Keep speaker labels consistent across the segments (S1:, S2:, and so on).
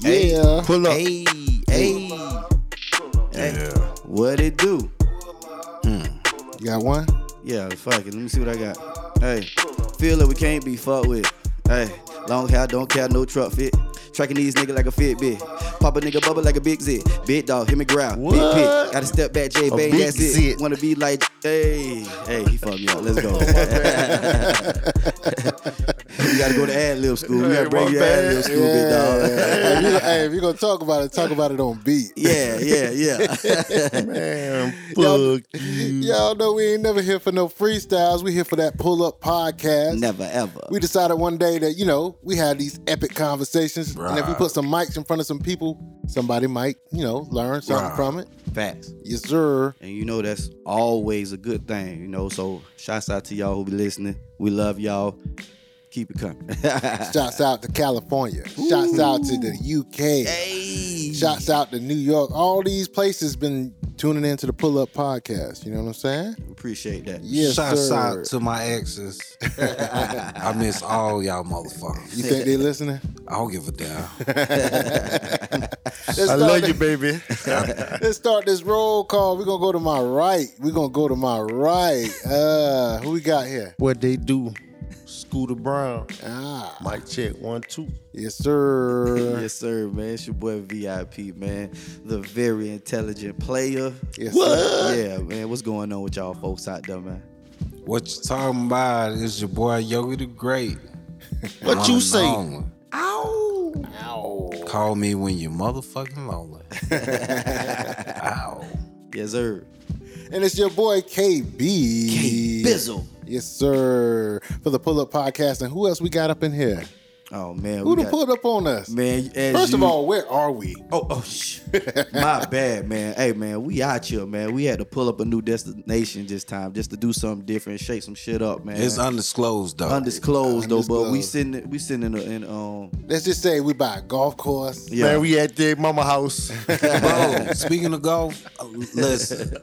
S1: Yeah.
S2: Pull up.
S1: Hey, hey. Hey.
S2: Yeah.
S1: What it do?
S2: You got one?
S1: Yeah, fuck it. Let me see what I got. Hey, feel that we can't be fucked with. Hey, long hair, don't care, no truck fit. Tracking these niggas like a Fitbit. Pop a nigga bubble like a big zit. Big dog, hit me growl. Big
S2: What?
S1: pit. Gotta step back, J Bane,
S2: big
S1: that's it.
S2: zit.
S1: Wanna be like, hey, hey, he fucked me up. Let's
S2: Oh,
S1: go. you gotta go to ad lib school. You gotta bring your ad lib school, big dog.
S2: Yeah. if, you, hey, if you're gonna talk about it, talk about it on beat.
S1: Yeah, yeah, yeah.
S2: Man,
S1: Y'all-
S2: Y'all know we ain't never here for no freestyles. We here for that pull up podcast.
S1: Never ever.
S2: We decided one day that you know we had these epic conversations, and if we
S3: Right.
S2: put some mics in front of some people, somebody might you know learn something
S3: Right.
S2: from it.
S1: Facts.
S2: Yes, sir.
S1: And you know that's always a good thing, you know. So shouts out to y'all who be listening. We love y'all. Keep it coming.
S2: Shouts out to California. Shouts out to the UK.
S1: hey.
S2: Shouts out to New York. All these places been tuning into the Pull Up Podcast. You know what I'm saying?
S1: Appreciate that.
S2: Yes,
S3: Shouts
S2: sir.
S3: out to my exes. I miss all y'all motherfuckers.
S2: You think they listening?
S3: I don't give a damn.
S2: Let's start thi-
S3: baby.
S2: Let's start this roll call. We're gonna go to my right. We're gonna go to my right. Uh, who we got here?
S4: What they do? Scooter Brown.
S2: Ah,
S4: Mic check one two.
S2: yes, sir.
S1: Yes, sir, man. It's your boy VIP, man. The very intelligent player.
S2: Yes,
S1: Yeah, man. What's going on with y'all folks out there, man?
S3: What you talking about is your boy Yogi the Great.
S4: What
S3: I'm
S4: you say?
S3: lonely. Call me when you motherfucking lonely. Ow.
S1: Yes, sir.
S2: And it's your boy KB.
S1: Hey, Bizzle.
S2: Yes, sir. For the pull up podcast. And who else we got up in here?
S1: Oh man.
S2: Who
S1: we
S2: done
S1: got-
S2: pulled up on us?
S1: Man, as
S2: First of
S1: you-
S2: all, where are we?
S1: Oh, oh, sh- my bad, man. Hey, man, we out here, man. We had to pull up a new destination this time, just to do something different, shake some shit up, man.
S3: It's uh, undisclosed though.
S1: undisclosed though, but we
S2: Undisclosed.
S1: sitting, we sitting in, a, in um,
S2: Let's just say we by a golf course.
S1: yeah,
S4: Man, we at their mama house.
S3: Bro, speaking of golf, uh, listen,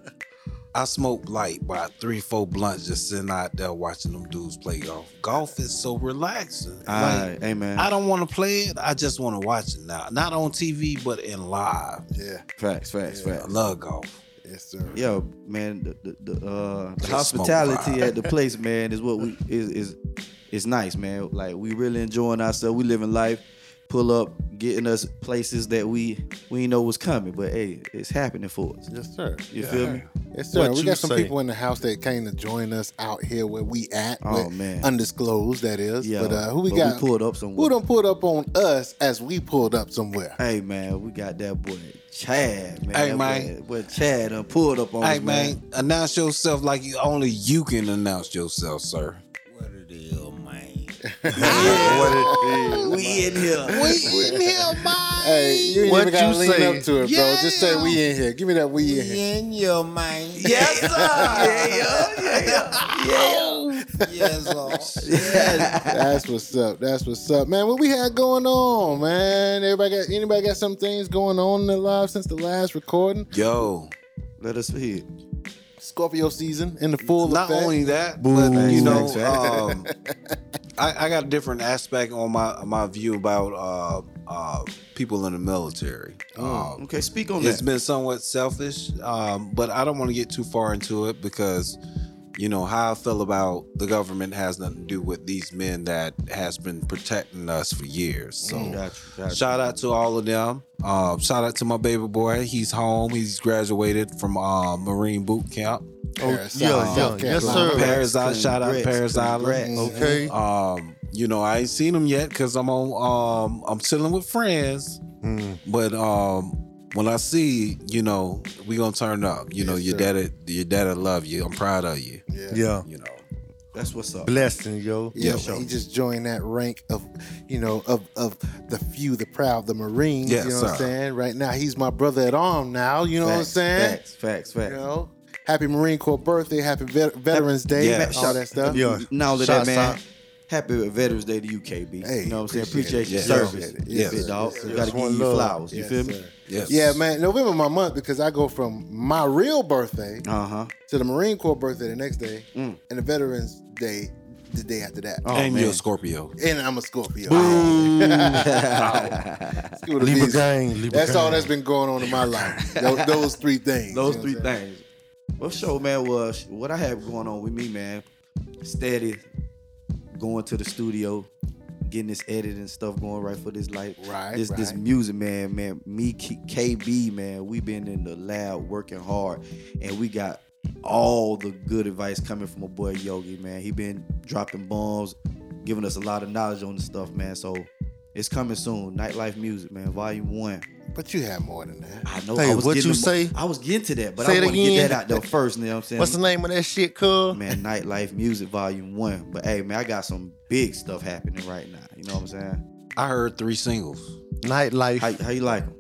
S3: I smoked like about three, four blunts just sitting out there watching them dudes play golf. Golf is so relaxing.
S1: Aight,
S3: Like,
S1: hey, man,
S3: I don't want to play it. I just want to watch it now. Not on TV, but in live.
S2: Yeah.
S1: facts, facts,
S3: I
S1: facts.
S3: love golf.
S2: Yes, sir.
S1: Yo, man, the, the, the, uh, the
S3: Just smoke
S1: hospitality
S3: vibe.
S1: at the place, man, is what we is is is nice, man. Like we really enjoying ourselves. We living life. Pull up, getting us places that we we ain't know was coming, but hey, it's happening for us.
S2: Yes, sir.
S1: You feel me?
S2: Yes, sir.
S4: What
S2: we
S4: you
S2: got some
S4: say?
S2: people in the house that came to join us out here where we at.
S1: Oh,
S2: but
S1: man.
S2: Undisclosed, that is.
S1: Yeah,
S2: but uh, who we
S1: but
S2: got?
S1: We pulled up
S2: who
S1: somewhere.
S2: done pulled up on us as we pulled up somewhere?
S1: Hey man, we got that boy Chad, man.
S3: Hey,
S1: That
S3: man.
S1: boy, boy Chad done pulled up on
S3: Hey
S1: us,
S3: man, announce yourself like you only you can announce yourself, sir.
S1: Ah! We in here.
S3: We in here,
S2: Hey, you ain't
S4: What
S2: even got to
S4: you
S2: lean
S4: say?
S2: up to it, bro. Just say we in here. Give me that we in here.
S3: in your mind.
S1: yes, sir. Yeah,
S3: Yes, sir.
S2: That's what's up. That's what's up, man. What we had going on, man? Everybody got anybody got some things going on in their lives since the last recording?
S3: Yo,
S1: Let us hear.
S2: Scorpio season in the full
S3: not
S2: effect.
S3: only that,
S4: Boo.
S3: but you know,
S4: Thanks,
S3: um, I, I got a different aspect on my my view about uh, uh, people in the military. Um,
S1: Okay, speak on
S3: it's
S1: that.
S3: been somewhat selfish, um, but I don't want to get too far into it because, you know, how I feel about the government has nothing to do with these men that has been protecting us for years. So.
S1: Got you, got you.
S3: Shout out to all of them. Uh, shout out to my baby boy. He's home. He's graduated from uh, Marine boot camp.
S2: Paris,
S4: Oh,
S2: South
S4: yeah, yeah.
S2: Carolina.
S4: Yes, sir.
S3: Paris Island. Shout out to
S1: Congrats,
S3: Paris Island.
S1: congrats.
S4: Okay.
S3: Um, you know, I ain't seen him yet because I'm on. Um, I'm chilling with friends.
S4: Mm.
S3: But um, when I see, you know, we gonna turn up. You know,
S2: Yes,
S3: your
S2: sir.
S3: daddy, your daddy love you. I'm proud of you.
S2: Yeah.
S4: Yeah.
S3: You know.
S1: That's what's up.
S4: Blessing, yo.
S2: Yeah,
S3: Yeah.
S2: he just joined that rank of, you know, of of the few, the proud, the Marines.
S3: Yes,
S2: you know what I'm
S3: sir.
S2: saying? Right now, he's my brother at arm. Now, you know what I'm
S1: Facts,
S2: saying?
S1: Facts, facts, facts.
S2: You know, happy Marine Corps birthday, happy Vet- Veterans Day,
S3: Yeah.
S2: all that stuff.
S4: Yeah.
S1: Now that
S4: Shots
S1: that man,
S4: out.
S1: happy Veterans Day to you, KB.
S2: Hey,
S1: you know what I'm saying?
S2: appreciate it.
S1: Appreciate your
S3: Yes.
S1: service.
S2: Yes,
S1: Yes,
S2: yes,
S1: dog.
S2: yes,
S1: we
S2: yes.
S1: gotta give
S4: One
S1: you
S4: love.
S1: flowers. You
S2: Yes,
S1: feel me?
S2: sir.
S3: Yes.
S2: Yeah, man. November my month because I go from my real birthday
S1: Uh huh.
S2: to the Marine Corps birthday the next day,
S1: Mm.
S2: and the Veterans Day the day after that.
S4: Oh,
S3: and you're a
S4: man.
S3: Scorpio.
S2: And I'm a Scorpio.
S1: Uh-huh.
S2: Screw the
S4: Libra
S2: bees.
S4: gang. Libra
S2: That's all
S4: gang.
S2: that's been going on in my life. Those, those three things.
S1: Those
S2: you know
S1: three
S2: what I'm saying?
S1: things. What show, man, was what I had going on with me, man. Steady going to the studio, getting this editing stuff going right for this like
S2: Right,
S1: this this
S2: right.
S1: music, man, man. Me K- KB, man, we been in the lab working hard, and we got all the good advice coming from my boy Yogi, man. He been dropping bombs, giving us a lot of knowledge on this stuff, man. So it's coming soon. Nightlife music, man, volume one.
S2: But you have more than that.
S1: I know.
S4: Hey,
S1: I was
S4: what
S1: getting
S4: you
S1: to-
S4: say?
S1: I was getting to that, but
S4: Say
S1: I
S4: it
S1: want to get
S4: again.
S1: that out there first. You know what I'm saying?
S4: What's the name of that shit, cuz?
S1: man, nightlife music volume one. But hey, man, I got some big stuff happening right now. You know what I'm saying?
S3: I heard three singles.
S4: Nightlife.
S1: How, how you like them?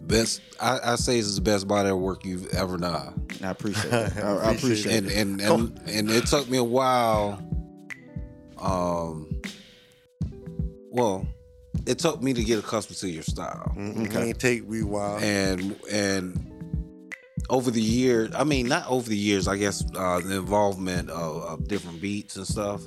S3: Best, I, I say it's the best body of work you've ever done.
S1: I appreciate that. I, I appreciate
S3: and
S1: it.
S3: and and, and it took me a while. Um, well, it took me to get accustomed to your style,
S4: Mm, Can't take we wild.
S3: and and over the years, I mean, not over the years, I guess uh, the involvement of, of different beats and stuff.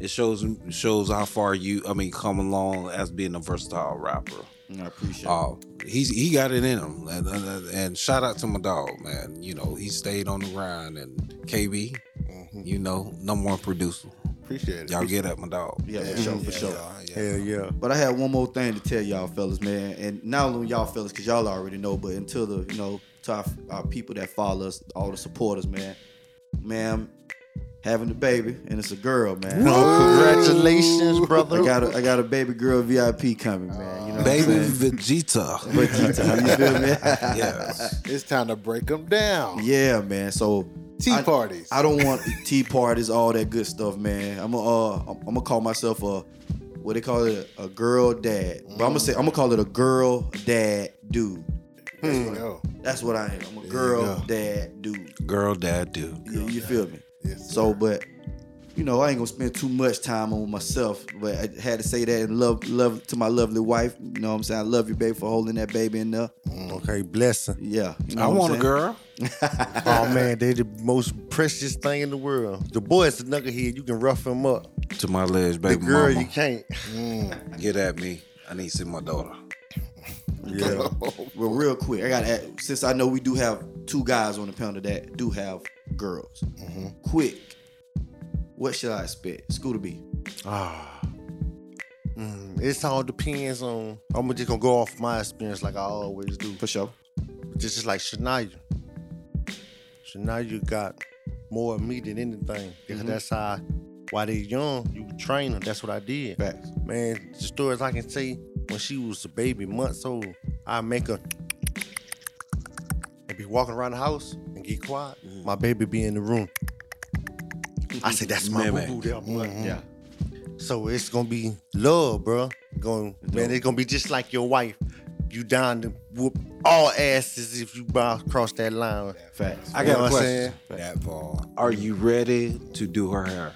S3: It shows shows how far you, I mean, come along as being a versatile rapper.
S1: I appreciate
S4: Uh,
S1: it.
S3: Oh, he's he got it in him, and, and, and shout out to my dog, man. You know he stayed on the grind, and KB,
S4: Mm-hmm.
S2: Mhm.
S3: you know, number one producer.
S2: Appreciate it.
S3: Y'all get at my dog. Oh,
S1: Yeah, for sure, for sure.
S4: Hell yeah.
S1: But I had one more thing to tell y'all fellas, man, and not only y'all fellas, cause y'all already know, but until the you know to our, our people that follow us, all the supporters, man, man, I'm having the baby, and it's a girl, man.
S4: Congratulations,
S1: I
S4: brother.
S1: got a, I got a baby girl VIP coming, man. You know, what I'm
S3: Baby
S1: saying?
S2: Oh,
S3: Vegeta.
S1: Vegeta, you feel me?
S3: yes.
S2: It's time to break them down.
S1: Yeah, man. So
S2: Tea
S1: I-
S2: parties.
S1: I don't want tea parties, all that good stuff, man. I'm gonna uh, I'm I'm gonna call myself a what they call it a girl dad, but I'm gonna say I'm gonna call it a girl dad dude.
S2: There
S3: Mm.
S2: you go.
S1: That's what I am. I'm a
S2: you
S1: girl
S2: go.
S1: dad dude.
S3: Girl, dad, dude.
S1: You, you feel me?
S2: Yes,
S1: So, but you know, I ain't gonna spend too much time on myself. But I had to say that and love, love to my lovely wife. You know what I'm saying? I love you, babe, for holding that baby in there.
S4: Mm, Okay, blessing.
S1: Yeah, you know
S3: I
S1: what I'm
S3: want a
S1: saying?
S3: girl.
S4: Oh man, they the most precious thing in the world. The boy is the nuggethead. You can rough him up.
S3: To my ledge,
S4: The
S3: baby
S4: girl,
S3: mama.
S4: you can't.
S3: Get at me. I need to see my daughter.
S4: Yeah.
S1: Well, real quick, I got to add since I know we do have two guys on the panel that do have girls.
S4: Mm-hmm.
S1: Quick, what should I expect? Scooter B.
S4: Ah. Mm, it's all depends on. I'm just gonna go off my experience like I always do.
S1: for sure.
S4: Just, just like Shania. Shania got more of me than anything
S3: Mm-hmm.
S4: because that's how. While they young, you train them. That's what I did.
S1: Facts.
S4: Man, the stories I can say when she was a baby, months old, I make her and be walking around the house and get quiet.
S3: Mm.
S4: My baby be in the room. I said, "That's my
S3: Man, Mm.
S4: boo boo." there, boy."
S1: Yeah.
S4: So it's gonna be love, bro. Going man, it's gonna be just like your wife. You down to whoop all asses if you bo- cross that line.
S1: Facts.
S3: I
S4: You know
S3: got a
S4: what I'm
S3: question. That ball. Are you ready to do her hair?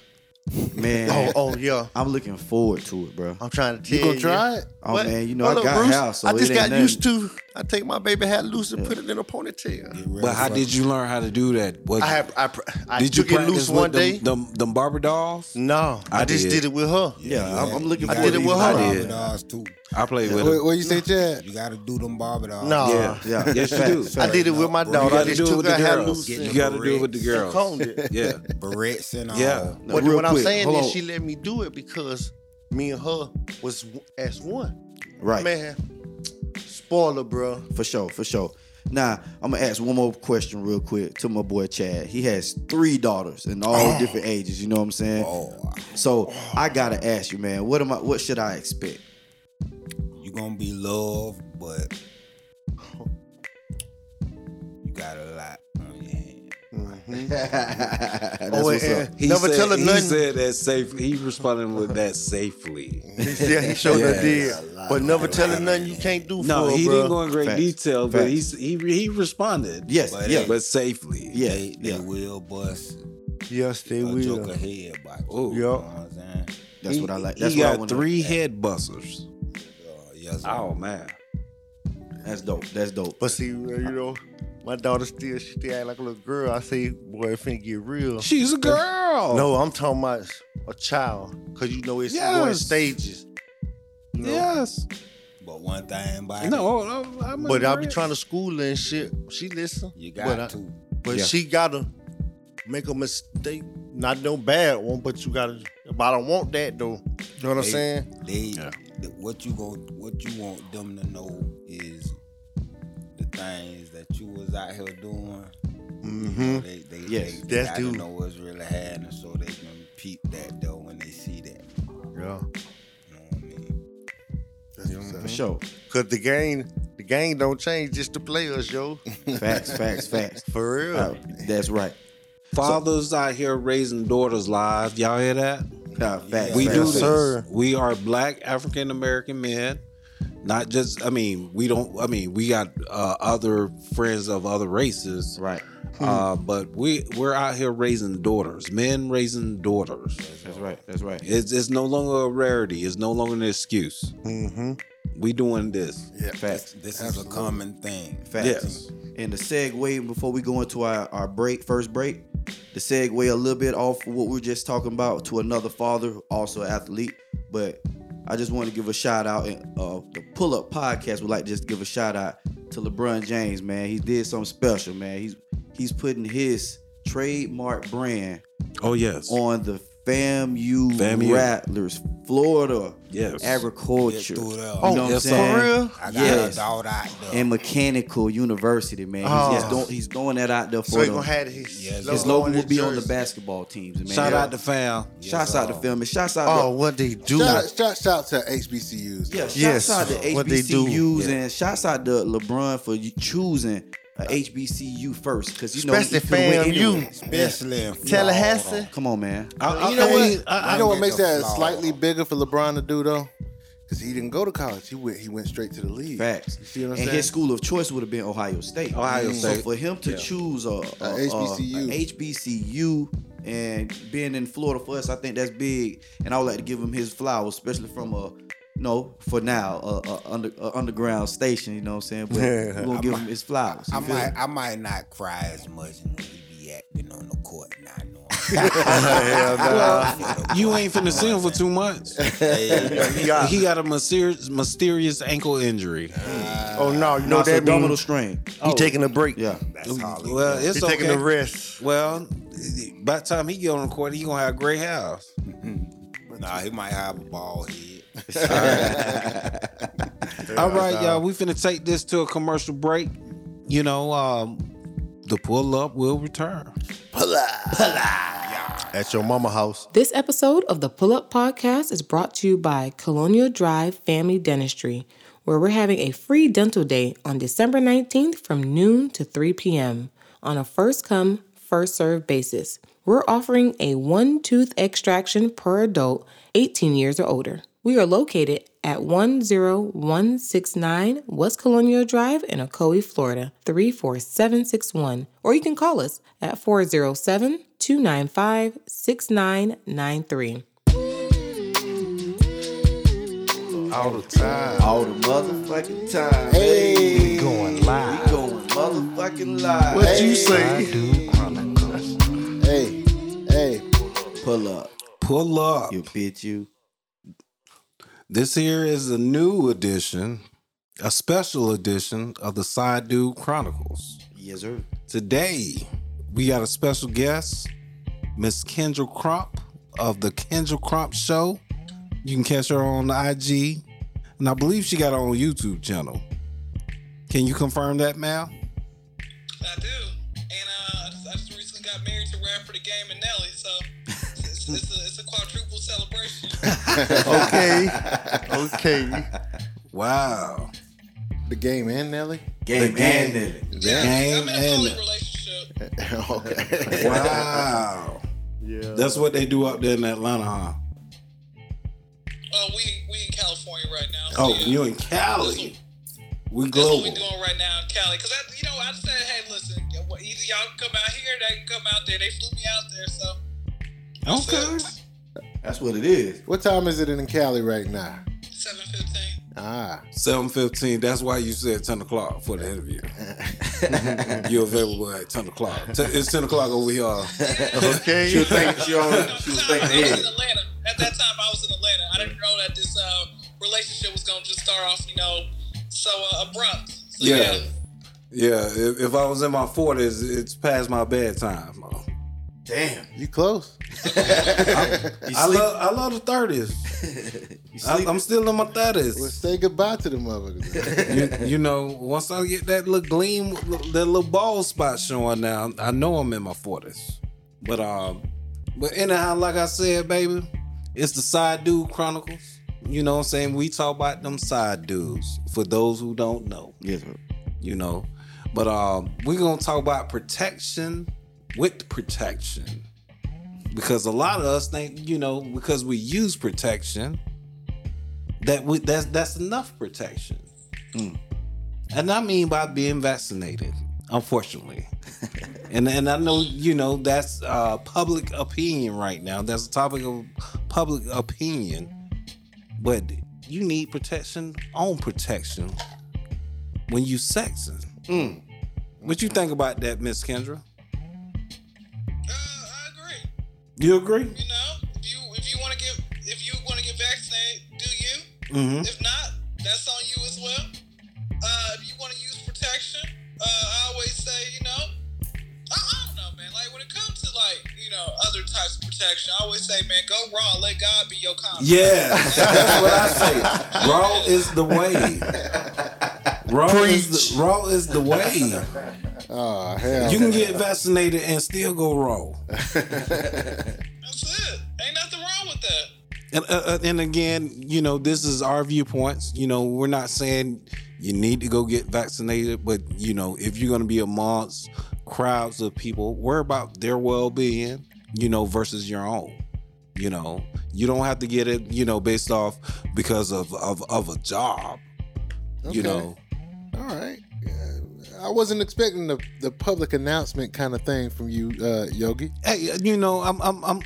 S1: man,
S4: Oh, oh yeah.
S1: I'm looking forward to it, bro.
S4: I'm trying to tell
S2: You gonna try it?
S1: Oh
S4: What?
S1: man, you know
S4: Hold
S1: I
S4: up,
S1: got
S4: Bruce.
S1: house, so
S4: I just
S1: it ain't
S4: got
S1: nothing.
S4: used to. I take my baby hat loose and put it in a ponytail.
S3: But how did you learn how to do that? Was-
S4: I had I, pr- I
S3: did
S4: took
S3: you
S4: it
S3: practice
S4: loose one
S3: with
S4: day. Mm.
S3: Them, them, them Barber dolls?
S4: no, I,
S3: I
S4: just
S3: did.
S4: did. it with her.
S1: Yeah, I'm, I'm looking
S4: I
S1: forward
S4: did it
S1: to
S4: with her.
S1: I
S3: I
S1: did.
S3: did.
S5: Barbados too.
S3: I played with
S2: What,
S3: them.
S2: what you say, Chad?
S5: You gotta do them Barbados.
S4: No,
S3: Yeah.
S1: Yeah.
S3: Yes, you do.
S1: Facts.
S4: I did it with my
S5: bro, you
S4: daughter. I
S5: gotta
S4: just took her hat loose.
S5: Get
S3: You
S4: and
S5: the
S3: gotta do it with the
S5: bricks.
S3: girls.
S4: combed it.
S3: Yeah.
S5: Barrettes and all.
S3: Yeah.
S1: No,
S4: But
S1: real
S4: what I'm
S1: quick,
S4: saying
S1: hold
S4: is
S1: on.
S4: she let me do it because me and her was w- as one.
S1: right.
S4: Man, spoiler, bro.
S1: for sure, for sure. Now I'm gonna ask one more question real quick to my boy Chad. He has three daughters and all different ages. You know what I'm saying?
S3: Oh.
S1: So I gotta ask you, man. What am I? What should I expect?
S5: You gonna be loved, but you got a lot on your hands.
S1: That's
S4: Oh,
S1: what's
S4: and-
S1: up.
S4: He Never
S3: said,
S4: tell her
S3: he
S4: nothing.
S3: said that safely. He responded with that safely.
S4: yeah, he showed
S3: Yeah.
S4: her did. But never tell her nothing you can't do
S3: No,
S4: for her,
S3: he
S4: bro.
S3: didn't go in great
S1: Facts.
S3: detail, but
S1: Facts.
S3: he s- he he responded.
S1: Yes,
S5: But
S1: yeah,
S5: hey,
S3: but safely.
S1: Yeah,
S5: They,
S1: yeah.
S5: they will bust
S4: yes, they
S5: a
S4: will.
S5: joker head by
S3: Ooh.
S5: you. You know
S4: Yeah.
S5: what I'm saying?
S1: that's
S3: He-
S1: what I like. That's
S3: he
S1: what I
S3: got
S1: want.
S3: three head busters.
S5: Uh, yes, sir.
S3: Oh man,
S1: That's dope. That's dope.
S4: But see, you know, My daughter still, she still act like a little girl. I say, boy, it finna get real.
S6: She's a
S3: Oh.
S6: girl.
S4: No, I'm talking about a child, cause you know it's going in
S6: Yes.
S4: stages. You know?
S6: Yes.
S3: But one thing about it,
S6: No. I'm, I'm
S4: But I be trying to school her and shit. She listen.
S3: you
S4: but
S3: got
S4: I-
S3: to.
S4: But
S6: Yeah.
S4: she gotta make a mistake. Not no bad one, but you gotta. But I don't want that though. You know what I'm
S3: Hey.
S4: saying?
S3: They, the- what you go, what you want them to know is the things that you was out here doing.
S4: Mm-hmm.
S3: They, they,
S1: Yes,
S3: they
S4: that's
S3: gotta
S4: dude.
S3: know what's really happening, so they can peep that though when they see that.
S4: Yeah.
S3: You know what I mean?
S1: For sure.
S4: Cause the game, the game don't change. Just the players, yo.
S1: Facts, facts, facts.
S4: For real.
S1: Uh, that's right.
S6: Fathers out here raising daughters live. Y'all hear that?
S1: Uh, facts,
S6: We
S1: facts.
S6: do
S4: Yes,
S6: this.
S4: sir.
S6: We are black African American men. Not just, I mean, we don't, I mean, we got uh, other friends of other races.
S1: Right.
S6: Uh, but we, we're out here raising daughters, men raising daughters.
S1: That's right. That's right.
S6: It's, it's no longer a rarity. It's no longer an excuse.
S4: Mm-hmm.
S6: We doing this.
S3: This,
S1: Facts.
S3: this is a common thing.
S1: Facts.
S6: Yes.
S1: And the segue before we go into our, our break, first break, the segue a little bit off what we are just talking about to another father, also an athlete. But I just want to give a shout out and uh, the pull up podcast would like just to give a shout out to LeBron James, man. He did something special, man. He's he's putting his trademark brand
S6: Oh, yes.
S1: on the FAMU,
S6: FAMU.
S1: Rattlers, Florida
S6: Yes.
S1: agriculture.
S3: Get through there.
S1: You know what I'm
S6: yes, for
S1: saying?
S4: For real.
S3: I got
S1: Yes.
S3: a daughter out there.
S1: and Mechanical University, man.
S4: Oh.
S1: He's, just doing, he's throwing that out there for
S4: So he
S1: them.
S4: gonna have his
S3: Yeah, his
S1: His
S4: on
S1: logo will
S4: his
S1: be on the
S4: jersey.
S1: basketball teams, man.
S6: Shout
S1: Yeah.
S6: out to fam.
S1: shouts out to film. and Shouts out.
S4: Oh,
S1: to,
S4: what they do?
S2: Shout, shout, shout to HBCUs.
S1: yeah. Shouts
S4: yes.
S1: out to
S4: What they do.
S1: HBCUs and shouts out to LeBron for you choosing a HBCU first because you know
S4: Especially
S1: he could've went
S4: FAMU.
S1: anywhere.
S3: Especially in Florida.
S4: Tallahassee.
S1: Come on, man.
S6: I, I,
S2: You know
S6: I-
S2: what?
S6: I-
S2: you know what
S3: get
S2: makes
S3: the
S2: that
S3: flaw.
S2: slightly bigger for LeBron to do though, because he didn't go to college. He went. He went straight to the league.
S1: Facts.
S2: You see what I'm
S1: and
S2: saying?
S1: his school of choice would have been Ohio State.
S6: Ohio
S1: So
S6: State.
S1: for him to choose a, a,
S2: HBCU.
S1: a- a HBCU and being in Florida for us, I think that's big. And I would like to give him his flowers, especially from a. No, for now, a, a, under, a underground station. You know what I'm saying? But we're gonna give him his flowers. you
S3: I
S1: feel me?
S3: might, I might not cry as much when he be acting on the court. Now I know.
S6: Well, you ain't finna see him for two months.
S4: He got-
S6: He got a mysterious, mysterious ankle injury.
S4: oh no, you know
S1: Not
S4: that
S1: abdominal
S4: means
S1: strain. Oh,
S4: he taking a break.
S1: Yeah,
S3: That's Hollywood.
S6: Well, it's
S4: he
S6: okay.
S4: taking a rest.
S6: Well, by the time he get on the court, he gonna have gray house.
S3: nah, he might have a bald head.
S6: All right, y'all, we finna take this to a commercial break. You know, um, the pull up will return.
S4: At your mama house.
S7: This episode of the Pull Up Podcast is brought to you by Colonial Drive Family Dentistry, where we're having a free dental day on December 19th from noon to 3 p.m. on a first come, first served basis. We're offering a one tooth extraction per adult 18 years or older. We are located at 10169 West Colonial Drive in Ocoee, Florida 34761. Or you can call us at 407 295 6993.
S2: all the time.
S1: all the motherfucking time.
S2: Hey,
S1: going live. We going motherfucking live.
S2: What you
S4: say?
S2: hey, hey.
S1: Pull up,
S6: Pull up.
S1: you bitch. You.
S6: This here is a new edition, a special edition of the Side Dude Chronicles.
S1: Yes, sir.
S6: Today, we got a special guest, Miss Kendra Crump of the Kendra Crump Show. You can catch her on IG, and I believe she got her own YouTube channel. Can you confirm that, Mal?
S8: I do. And uh, I, just, I just recently got married to Rapper the Game and Nelly, so it's, it's, a, it's a quadruple celebration.
S4: Okay. okay.
S6: Wow.
S2: The game and Nelly.
S1: Game and it.
S6: Game
S8: I'm in a holy
S6: and
S8: relationship.
S2: okay.
S6: wow.
S4: Yeah.
S6: That's what they do up there in Atlanta, huh?
S8: Uh, we we in California right now. so
S6: Oh,
S8: yeah.
S6: you in Cali. We
S8: That's what
S6: global.
S8: we doing right now in Cali. Cause I, you know, I said, hey, listen, y- either y'all come out here, they can come out there. They flew me out there, so that's
S6: Okay.
S8: it.
S1: That's what it is.
S2: what time is it in Cali right now?
S8: seven fifteen.
S2: Ah,
S6: Seven fifteen. That's why you said ten o'clock for the interview. You're available at 10 o'clock. T- It's 10 o'clock over here.
S4: Okay.
S9: She was thinking, she
S8: No,
S9: already, she was
S8: because
S9: thinking
S8: I, I was
S9: ahead.
S8: in Atlanta. At that time, I was in Atlanta. I didn't know that this uh, relationship was gonna just start off, you know, so uh, abrupt. So,
S6: Yeah.
S8: yeah.
S6: Yeah, if, if I was in my 40s, it's past my bedtime.
S9: Damn.
S2: You close.
S6: I love, I love the 30s. I, I'm still in my 30s.
S2: Let's say goodbye to the motherfuckers.
S6: you, you know, once I get that little gleam, that little bald spot showing now, I know I'm in my forties. But um, but anyhow, like I said, baby, it's the side dude chronicles. You know what I'm saying? We talk about them side dudes for those who don't know.
S1: Yes, bro.
S6: You know, but um, we're gonna talk about protection with protection because a lot of us think you know because we use protection that we that's that's enough protection and i mean by being vaccinated unfortunately and and i know you know that's uh public opinion right now that's a topic of public opinion but you need protection on protection when you sexing Mm. what you think about that miss kendra
S8: Uh, I agree.
S6: you agree
S8: You know, if you if you want to get if you want to get vaccinated, do you?
S6: mm-hmm
S8: If not, that's on you as well. Uh, if you want to use protection, uh, I always say, you know, I, I don't know, man. Like when it comes to like you know other types of protection, I always say, man, go raw. Let God be your confidant.
S6: Yeah, that's what I say. Raw is the way. Raw is the, raw is the way.
S2: Oh hell.
S6: You can get vaccinated and still go raw.
S8: That's it. Ain't nothing wrong with that.
S6: And, uh, uh, and again, you know, this is our viewpoints. You know, we're not saying you need to go get vaccinated, but you know, if you're going to be amongst crowds of people, worry about their well-being, you know, versus your own. You know, you don't have to get it, you know, based off because of of, of a job.
S2: Okay.
S6: You know,
S2: All right. Yeah, I wasn't expecting the, the public announcement kind of thing from you, uh, Yogi.
S6: hey, you know, I'm, I'm, I'm,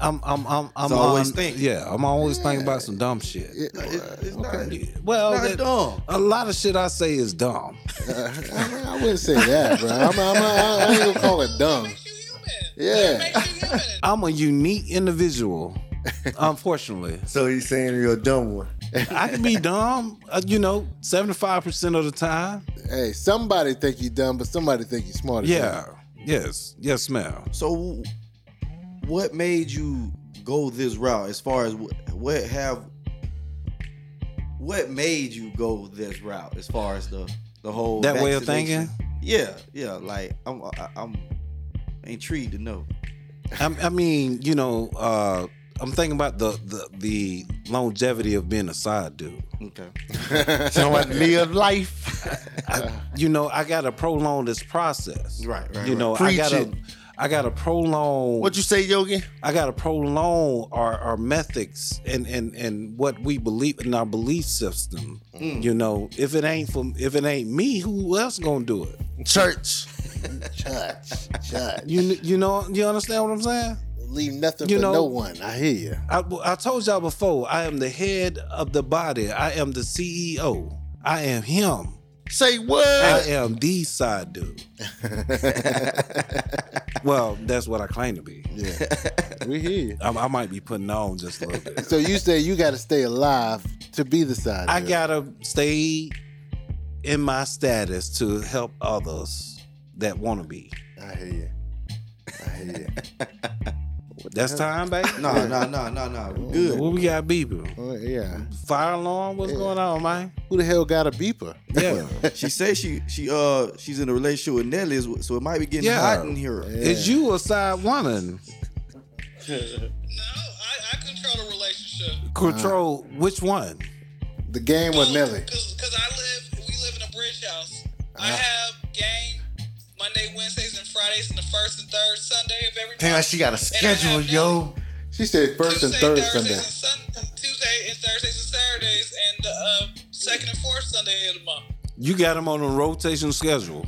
S6: I'm, I'm, I'm, I'm
S1: So always
S6: on-
S1: think.
S6: Yeah, I'm always thinking about some dumb shit.
S2: Yeah, uh,
S9: It- It's not,
S6: Yeah, Well,
S9: not
S6: that-
S9: dumb.
S6: a lot of shit I say is dumb.
S2: uh, I, mean, I wouldn't say that, bro. I'm, I'm, I ain't gonna call it dumb.
S8: Makes you human.
S2: Yeah.
S8: It makes you human.
S6: I'm a unique individual. Unfortunately,
S4: So he's saying you're a dumb one.
S6: I can be dumb. Uh, you know, seventy five percent of the time.
S2: Hey, somebody think you dumb, but somebody think you smarter. than
S6: Yeah. Yes. Yes, ma'am.
S1: So, what made you go this route? As far as wh- what have what made you go this route? As far as the the whole
S6: That way of
S1: vaccination?
S6: thinking.
S1: Yeah, yeah. Like I'm, I, I'm intrigued to know.
S6: I, I mean, you know, uh, I'm thinking about the, the the longevity of being a side dude.
S1: Okay.
S4: Somebody live life.
S6: you know, I gotta prolong this process.
S1: Right, right,
S6: You
S1: right.
S6: know, I
S4: Preach
S6: gotta
S4: it.
S6: I gotta prolong
S4: What you say, Yogi?
S6: I gotta prolong our, our methods and, and and what we believe in our belief system. You know, if it ain't from if it ain't me, who else gonna do it?
S4: Church. Church. Church.
S6: You you know you understand what I'm saying?
S2: Leave nothing
S6: You
S2: for
S6: know-
S2: no one. I hear you.
S6: I, I told y'all before, I am the head of the body. I am the CEO. I am him.
S4: Say what?
S6: I am the side dude. well, that's what I claim to be.
S2: We hear you.
S6: I, I might be putting on just a little bit.
S2: So you say you got to stay alive to be the side.
S6: I
S2: dude.
S6: gotta stay in my status to help others that want to be.
S2: I hear you. I hear you.
S6: That's time, baby.
S1: No, no, no, no, no. we
S6: What
S1: Good.
S6: we got beeping?
S2: Oh, yeah.
S6: Fire alarm? What's going on, man?
S2: Who the hell got a beeper?
S6: Yeah.
S1: She says she she uh she's in a relationship with Nelly, so it might be getting
S6: Yeah.
S1: hot in here.
S6: Is you a side woman?
S8: No, I, I control a relationship.
S6: Control which one?
S2: The game with Nelly.
S8: Because I live, we live in a bridge house. I
S4: Uh-huh.
S8: have game Monday, Wednesdays, and Fridays, and the first and third Sunday of every
S4: Damn,
S8: month.
S4: she got a schedule, yo.
S2: She said first and
S8: Tuesday,
S2: third Sunday.
S8: Thursdays, and Sun- Tuesday and Thursdays and Saturdays, and the uh, second and fourth Sunday of the month.
S6: You got them on a rotation schedule.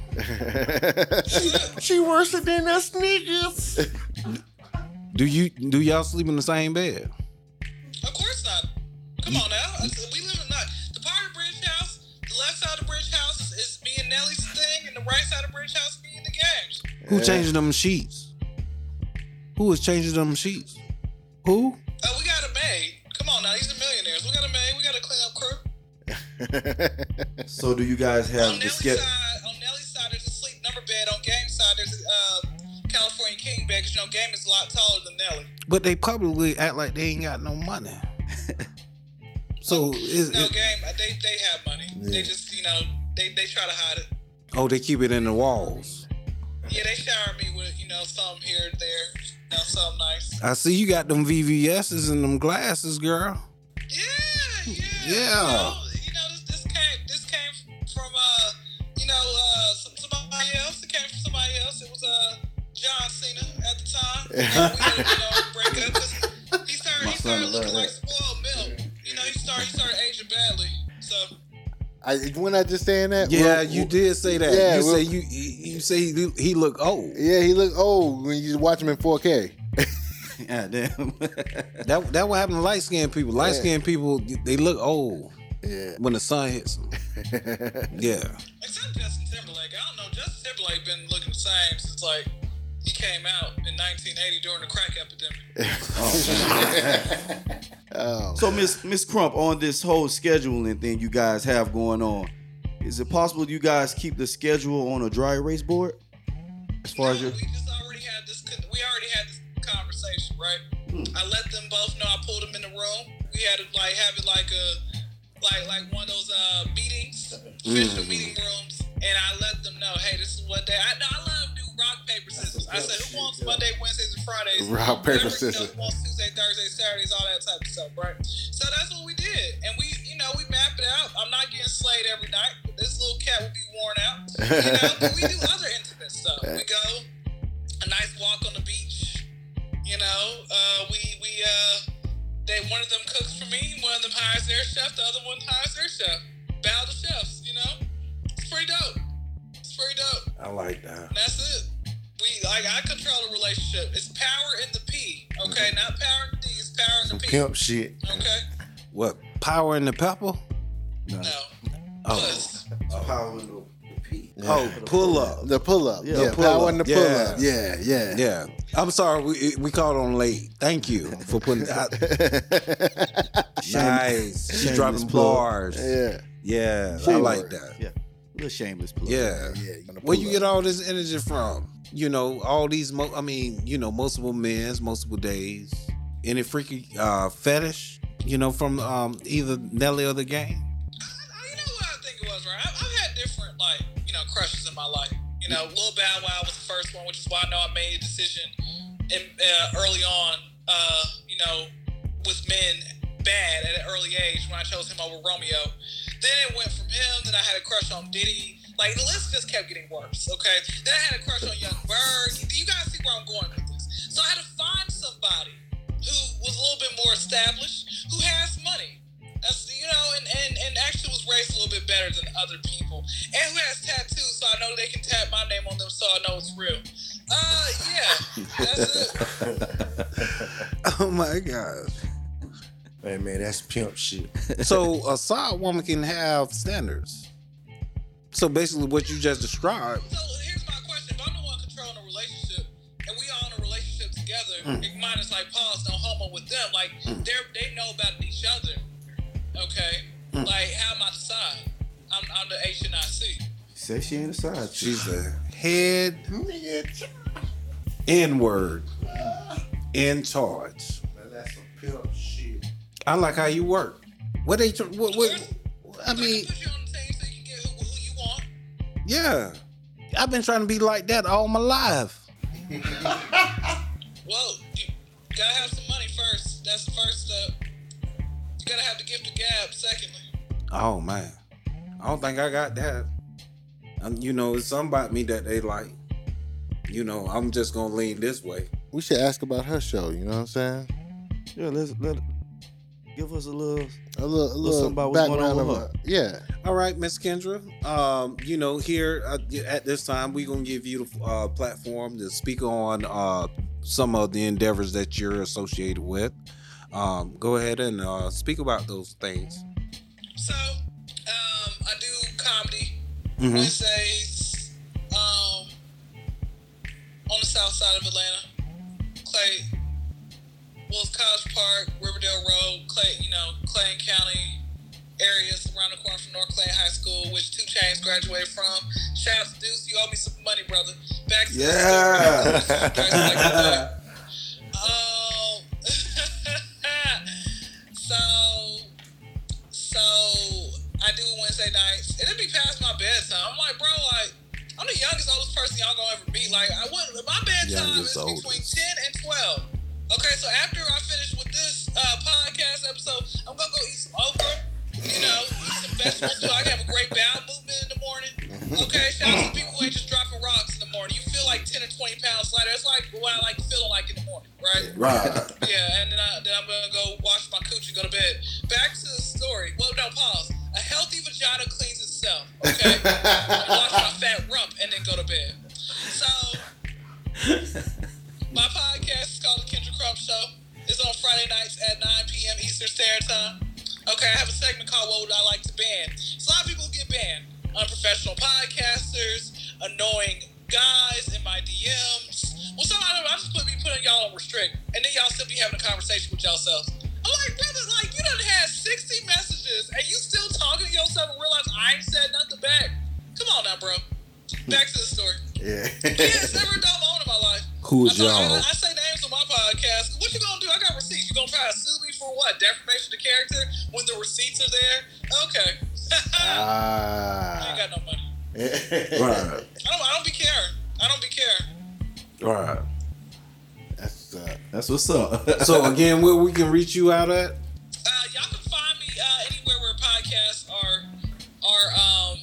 S4: She worse than us niggas.
S6: Do you do y'all sleep in the same bed?
S8: Of course not. Come on now. I said, We live in not the part of Bridge House. The left side of Bridge House is, is me and Nelly's thing and the right side of Bridge House being the games.
S6: Who changing them sheets? Who is changing them sheets? Who?
S8: Uh, we got a maid. Come on now, these are millionaires. We got a maid. We got a cleanup crew.
S1: So do you guys
S8: on
S1: have the
S8: Nelly's
S1: schedule?
S8: side, on Nelly's side, there's a sleep number bed. On Game's side, there's a uh, California king bed. 'cause, you know, Game is a lot taller than Nelly.
S6: But they probably act like they ain't got no money. so is
S8: No,
S6: it,
S8: Game, uh, they they have money. They just you know they they try to hide it.
S6: oh they keep it in the walls.
S8: Yeah, they shower me with you know some here and there, you know some nice.
S6: I see you got them VVS's and them glasses, girl.
S8: Yeah, yeah.
S6: Yeah.
S8: You know, you know this, this came this came from uh you know uh some, somebody else. It came from somebody else. It was uh John Cena at the time. And we had to you know, break up 'cause he started
S1: My son
S8: he started
S1: would
S8: looking
S1: love
S8: like
S1: that.
S8: spoiled milk. You know he started he started aging badly. So
S2: I, when I just saying that,
S6: Yeah,
S2: well,
S6: you did say that.
S2: Yeah,
S6: you
S2: well-
S6: say you you say he, he look old.
S2: Yeah, he looked old when you watch him in 4K.
S1: Yeah, damn.
S6: That that what happened to light skinned people. Light skinned people they look old
S2: Yeah,
S6: when the sun hits them. yeah.
S8: except Justin Timberlake, I don't know. Justin Timberlake been looking the same since like he came out in 1980 during the crack epidemic.
S1: So Miss Miss Crump, on this whole scheduling thing you guys have going on, is it possible you guys keep the schedule on a dry erase board? As far as
S8: No,
S1: your
S8: we just already had this. con- We already had this conversation, right?
S1: Hmm.
S8: I let them both know. I pulled them in the room. We had to like have it like a like like one of those uh meetings, official
S1: Hmm.
S8: meeting rooms, and I let them know, hey, this is what day. I know I love do rock paper scissors. I said, who wants Monday, Wednesdays, and Fridays?
S2: Rock, paper,
S8: Whoever, you know,
S2: scissors.
S8: who wants Tuesday, Thursday, Saturdays, all that type of stuff, right? So that's what we did, and we, you know, we map it out. I'm not getting slayed every night. This little cat will be worn out. You know, but we do other intimate stuff. We go a nice walk on the beach. You know, uh, we we uh, they one of them cooks for me, one of them hires their chef, the other one hires their chef. Bow to chefs, you know. It's pretty dope. It's pretty dope.
S6: I like that.
S8: And that's it. We like I control the relationship. It's power in the P, okay?
S6: Mm-hmm.
S8: Not power in the D. It's power in the P,
S4: Pimp shit.
S8: okay?
S6: What? Power and the pepper?
S8: No,
S6: Oh.
S8: Plus,
S1: power in the
S6: Oh, pull up.
S2: the pull up. Yeah,
S1: the
S2: power
S6: pull-up.
S2: and the
S6: Yeah.
S2: pull up. Yeah, yeah.
S6: Yeah. I'm sorry we we called on late. Thank you for putting that. nice. She's
S1: shameless
S6: dropping
S1: plug.
S6: bars.
S2: Yeah,
S6: Yeah. I
S2: Shameless.
S6: like that.
S1: Yeah. Little shameless plug.
S6: Yeah. Where you get all this energy from? You know, all these. Mo- I mean, you know, multiple men's, multiple days. Any freaky uh, fetish? You know, from um, either Nelly or the game.
S8: I- you know what I think it was, right? I've, I've had different, like, you know, crushes in my life. You know, Lil Bow Wow was the first one, which is why I know I made a decision in, uh, early on, uh, you know, with men bad at an early age when I chose him over Romeo. Then it went from him, then I had a crush on Diddy. Like, the list just kept getting worse, okay? Then I had a crush on Young Berg. You guys see where I'm going with this. So I had to find somebody who was a little bit more established, who has money. That's you know, and, and, and actually was raised a little bit better than other people, and who has tattoos, so I know they can tap my name on them, so I know it's real. Uh, yeah, that's it.
S6: Oh my god!
S4: Hey man, that's pimp shit.
S6: So a side woman can have standards. So basically, what you just described.
S8: So here's my question: If I'm the one controlling a relationship, and we all in a relationship together, mine is like pause, no homo with them. Like they're they know about each other. Okay, like how am I decide? I'm I'm the H and I C.
S1: Say she ain't a side chick.
S6: She's a head inward in charge.
S4: That's some pimp shit.
S6: I like how you work. What they? tr- What? what I
S8: So I
S6: mean,
S8: can put you on the team so you can get who, who you want.
S6: yeah. I've been trying to be like that all my life.
S8: Well, you gotta have some money first. That's the first step. You gotta have the gift of gab, secondly.
S6: Oh man, I don't think I got that. Um, you know, it's something about me that they like. You know, I'm just gonna lean this way.
S2: we should ask about her show. You know what I'm saying?
S1: Yeah, let's let give us a little
S2: A little, a little
S1: something about what's going on
S2: background of
S1: with
S2: her. Yeah,
S6: All right, Miss Kendra. Um, you know, here uh, at this time, we're gonna give you the uh, platform to speak on uh, some of the endeavors that you're associated with. Um, go ahead and uh, speak about those things.
S8: So, um, I do comedy. Wednesdays um, on the south side of Atlanta. Clay, Wolf College Park, Riverdale Road, Clay, you know, Clayton County areas around the corner from North Clay High School, which Two Chains graduated from. Shout out to Deuce, you owe me some money, brother. Back to
S1: Yeah.
S8: the story. Um, so, so I do Wednesday nights. It'll be past my bedtime. I'm like, bro, like, I'm the youngest, oldest person y'all gonna ever be. Like, I wouldn't, my bedtime
S6: Youngest,
S8: is between
S6: oldest.
S8: 10 and 12. Okay, so after I finish with this uh, podcast episode, I'm gonna go eat some okra. You know, eat some vegetables so I can have a great bowel movement in the morning. Okay, shout out to the people who ain't just dropping rocks in the morning. You feel like 10 or 20 pounds lighter. That's like what I like feeling like in the morning, right?
S9: Right.
S8: Yeah, and then, I, then I'm gonna go wash my coochie, and go to bed. Back to the story. Well, no, pause. A healthy vagina cleans itself. Okay, I wash my fat rump and then go to bed. So my podcast is called the Kendra Crump Show. It's on Friday nights at 9 p.m. Eastern Standard Time. Okay, I have a segment called "What Would I Like to Ban." It's a lot of people who get banned: unprofessional podcasters, annoying guys in my DMs. Well, some I don't. I just put be putting y'all on restrict, and then y'all still be having a conversation with yourselves. I'm like, brother, like you done had 60 messages, and you still talking to yourself and realize I ain't said nothing back. Come on now, bro. Back to the story.
S9: Yeah.
S8: Yes, never done own in my life.
S6: Who is
S8: I thought-
S6: y'all?
S8: I, I say names on my podcast. What you gonna do? I got receipts. You gonna try to sue me for what? Defamation of character when the receipts are there? Okay. I ain't
S2: Ah.
S8: got no money.
S6: Right.
S8: I don't. I don't be caring. I don't be caring.
S6: Right.
S2: That's uh,
S1: That's what's up.
S6: So again, where we can reach you out at?
S8: Uh, y'all can find me uh, anywhere where podcasts are are um,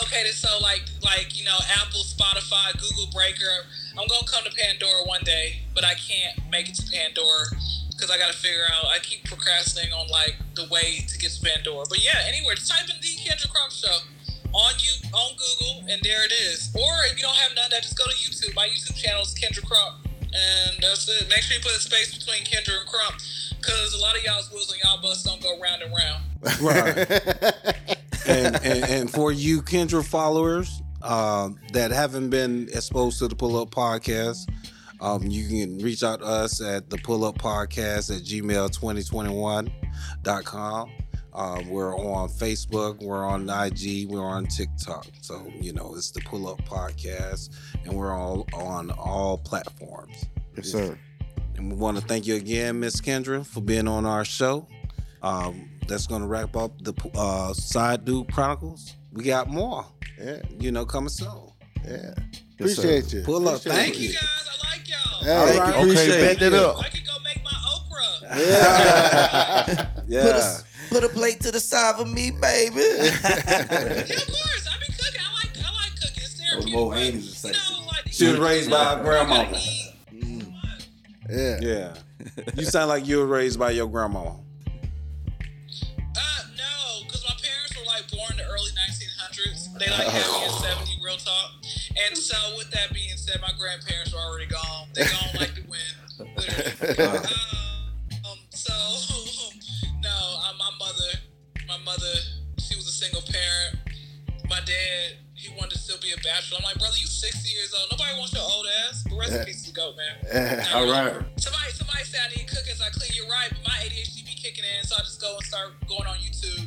S8: located. So like like you know Apple, Spotify, Google Breaker. I'm gonna come to Pandora one day, but I can't make it to Pandora because I gotta figure out. I keep procrastinating on like the way to get to Pandora. But yeah, anywhere, just type in the Kendra Crump Show on you on Google, and there it is. Or if you don't have none, of that just go to YouTube. My YouTube channel is Kendra Crump. And that's it. Make sure you put a space between Kendra and Crump, because a lot of y'all's wheels and y'all bus don't go round and round.
S6: Right. and, and and for you Kendra followers um, that haven't been exposed to the Pull Up Podcast, um, you can reach out to us at the Pull Up Podcast at gmail2021.com. Um, we're on Facebook, we're on IG, we're on TikTok. So, you know, it's the Pull Up Podcast, and we're all on all platforms.
S2: yes, sir.
S6: And we want to thank you again, Miss Kendra, for being on our show. Um, that's going to wrap up the uh, Side Dude Chronicles. We got more,
S2: Yeah,
S6: you know, coming soon.
S2: yeah.
S1: Yes, sir.
S2: Appreciate you.
S6: Pull up.
S2: Appreciate
S6: Thank
S8: You
S6: you.
S8: guys, I like y'all.
S2: Hey,
S1: Thank you. Appreciate
S4: Okay, back
S1: it.
S4: that up.
S8: I could go make my okra.
S1: Put, a, put a plate to the side of me, baby.
S8: yeah, of course. I be cooking. I like. I like cooking. It's therapeutic.
S9: Mo
S8: right?
S9: Haynes is
S8: You
S9: sexy.
S8: know, like
S6: She was raised by her grandma.
S8: You gotta eat.
S2: Yeah.
S6: Yeah. You sound like you were raised by your grandma.
S8: Uh, no, because my parents were like born in the early 1900s. They like had me at 70, real talk. And so, with that being said, my grandparents were already gone. They gone like the wind, literally. Uh, um, so, no, uh, my mother, my mother, she was a single parent. My dad, he wanted to still be a bachelor. I'm like, brother, you 60 years old. Nobody wants your old ass. But rest in peace to go, man.
S9: All right.
S8: Somebody, somebody said I need to cook as I clean. You're right, but my ADHD be kicking in, so I just go and start going on YouTube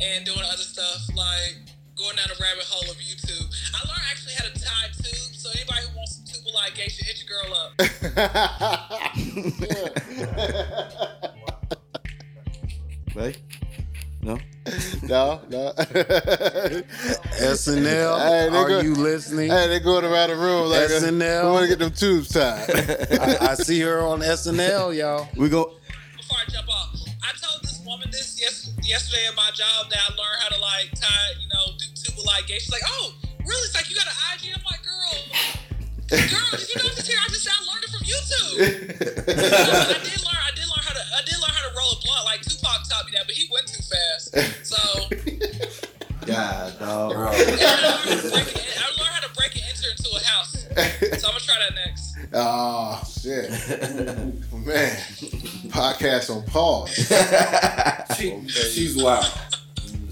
S8: and doing other stuff like going down the rabbit hole of YouTube. I learned actually how to tie tube, so anybody who wants some tube like Geisha, hit your girl up.
S1: Right? No?
S2: no, no. hey,
S6: SNL,
S2: Hey,
S6: are
S2: nigga.
S6: you listening?
S2: they're going around the room like uh,
S6: SNL.
S2: I want to get them tubes tied.
S6: I, I see her on SNL, y'all.
S1: We go.
S8: Before I jump off, I told this woman this yes, yesterday at my job that I learned how to like tie, you know, do tube like Geisha. She's like, oh, really? It's like you got an IG. I'm like, girl. Girl, did you know this here? I just I learned it from YouTube. I did learn. I did learn how to. I did learn how to roll a blunt. Like Tupac taught me that, but he went too fast. So
S9: God, dog.
S8: and I, learned how to break it- I learned how to break and enter into a house. So I'm gonna try that next.
S2: oh shit, man! Podcast on pause.
S6: She, she's wild.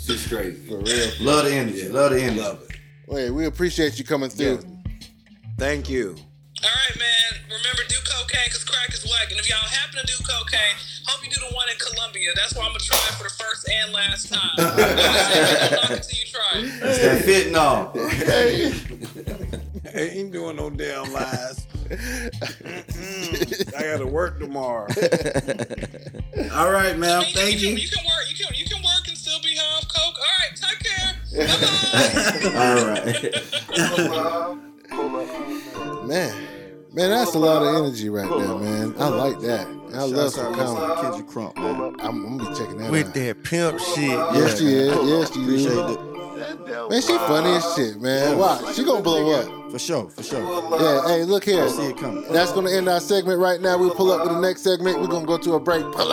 S6: She's crazy.
S3: For real.
S1: Love the energy. Love the energy.
S6: Love it.
S2: Wait, we appreciate you coming through.
S6: Thank you.
S8: All right, man. Remember, do cocaine because crack is whack. And if y'all happen to do cocaine, hope you do the one in Colombia. That's why I'm going to try it for the first and last time. I'm gonna say, until you try it.
S1: It's that fit now.
S6: ain't doing no damn lies. Mm-mm. I got to work tomorrow. All right,
S8: I
S6: man.
S8: mean,
S6: Thank
S8: you. Can,
S6: you.
S8: you can work. You can, you can work and still be high off coke. All right, take care. Bye-bye.
S1: All right.
S2: Man, man, that's a lot of energy right there, man. I like that. I love
S1: That's
S2: some
S1: our
S2: comedy.
S1: listener, Kendrick Crump, man.
S2: I'm, I'm gonna be checking that
S4: With
S2: out.
S4: that pimp shit.
S2: Yes, she is. Yes, she
S1: Appreciate
S2: is.
S1: it.
S2: Man, she funny as shit, man. Wow, she gonna blow up.
S1: For sure, for sure.
S2: Yeah, hey, look here.
S1: I see it coming.
S2: That's gonna end our segment right now. We'll pull up with the next segment. We're gonna go to a break. Pull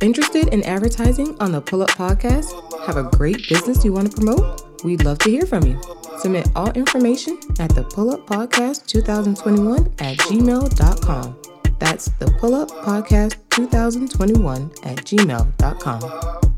S7: Interested in advertising on the Pull Up Podcast? Have a great business you want to promote? We'd love to hear from you. Submit all information at the Pull Up Podcast 2021 at gmail.com. That's the Pull Up Podcast 2021 at gmail.com.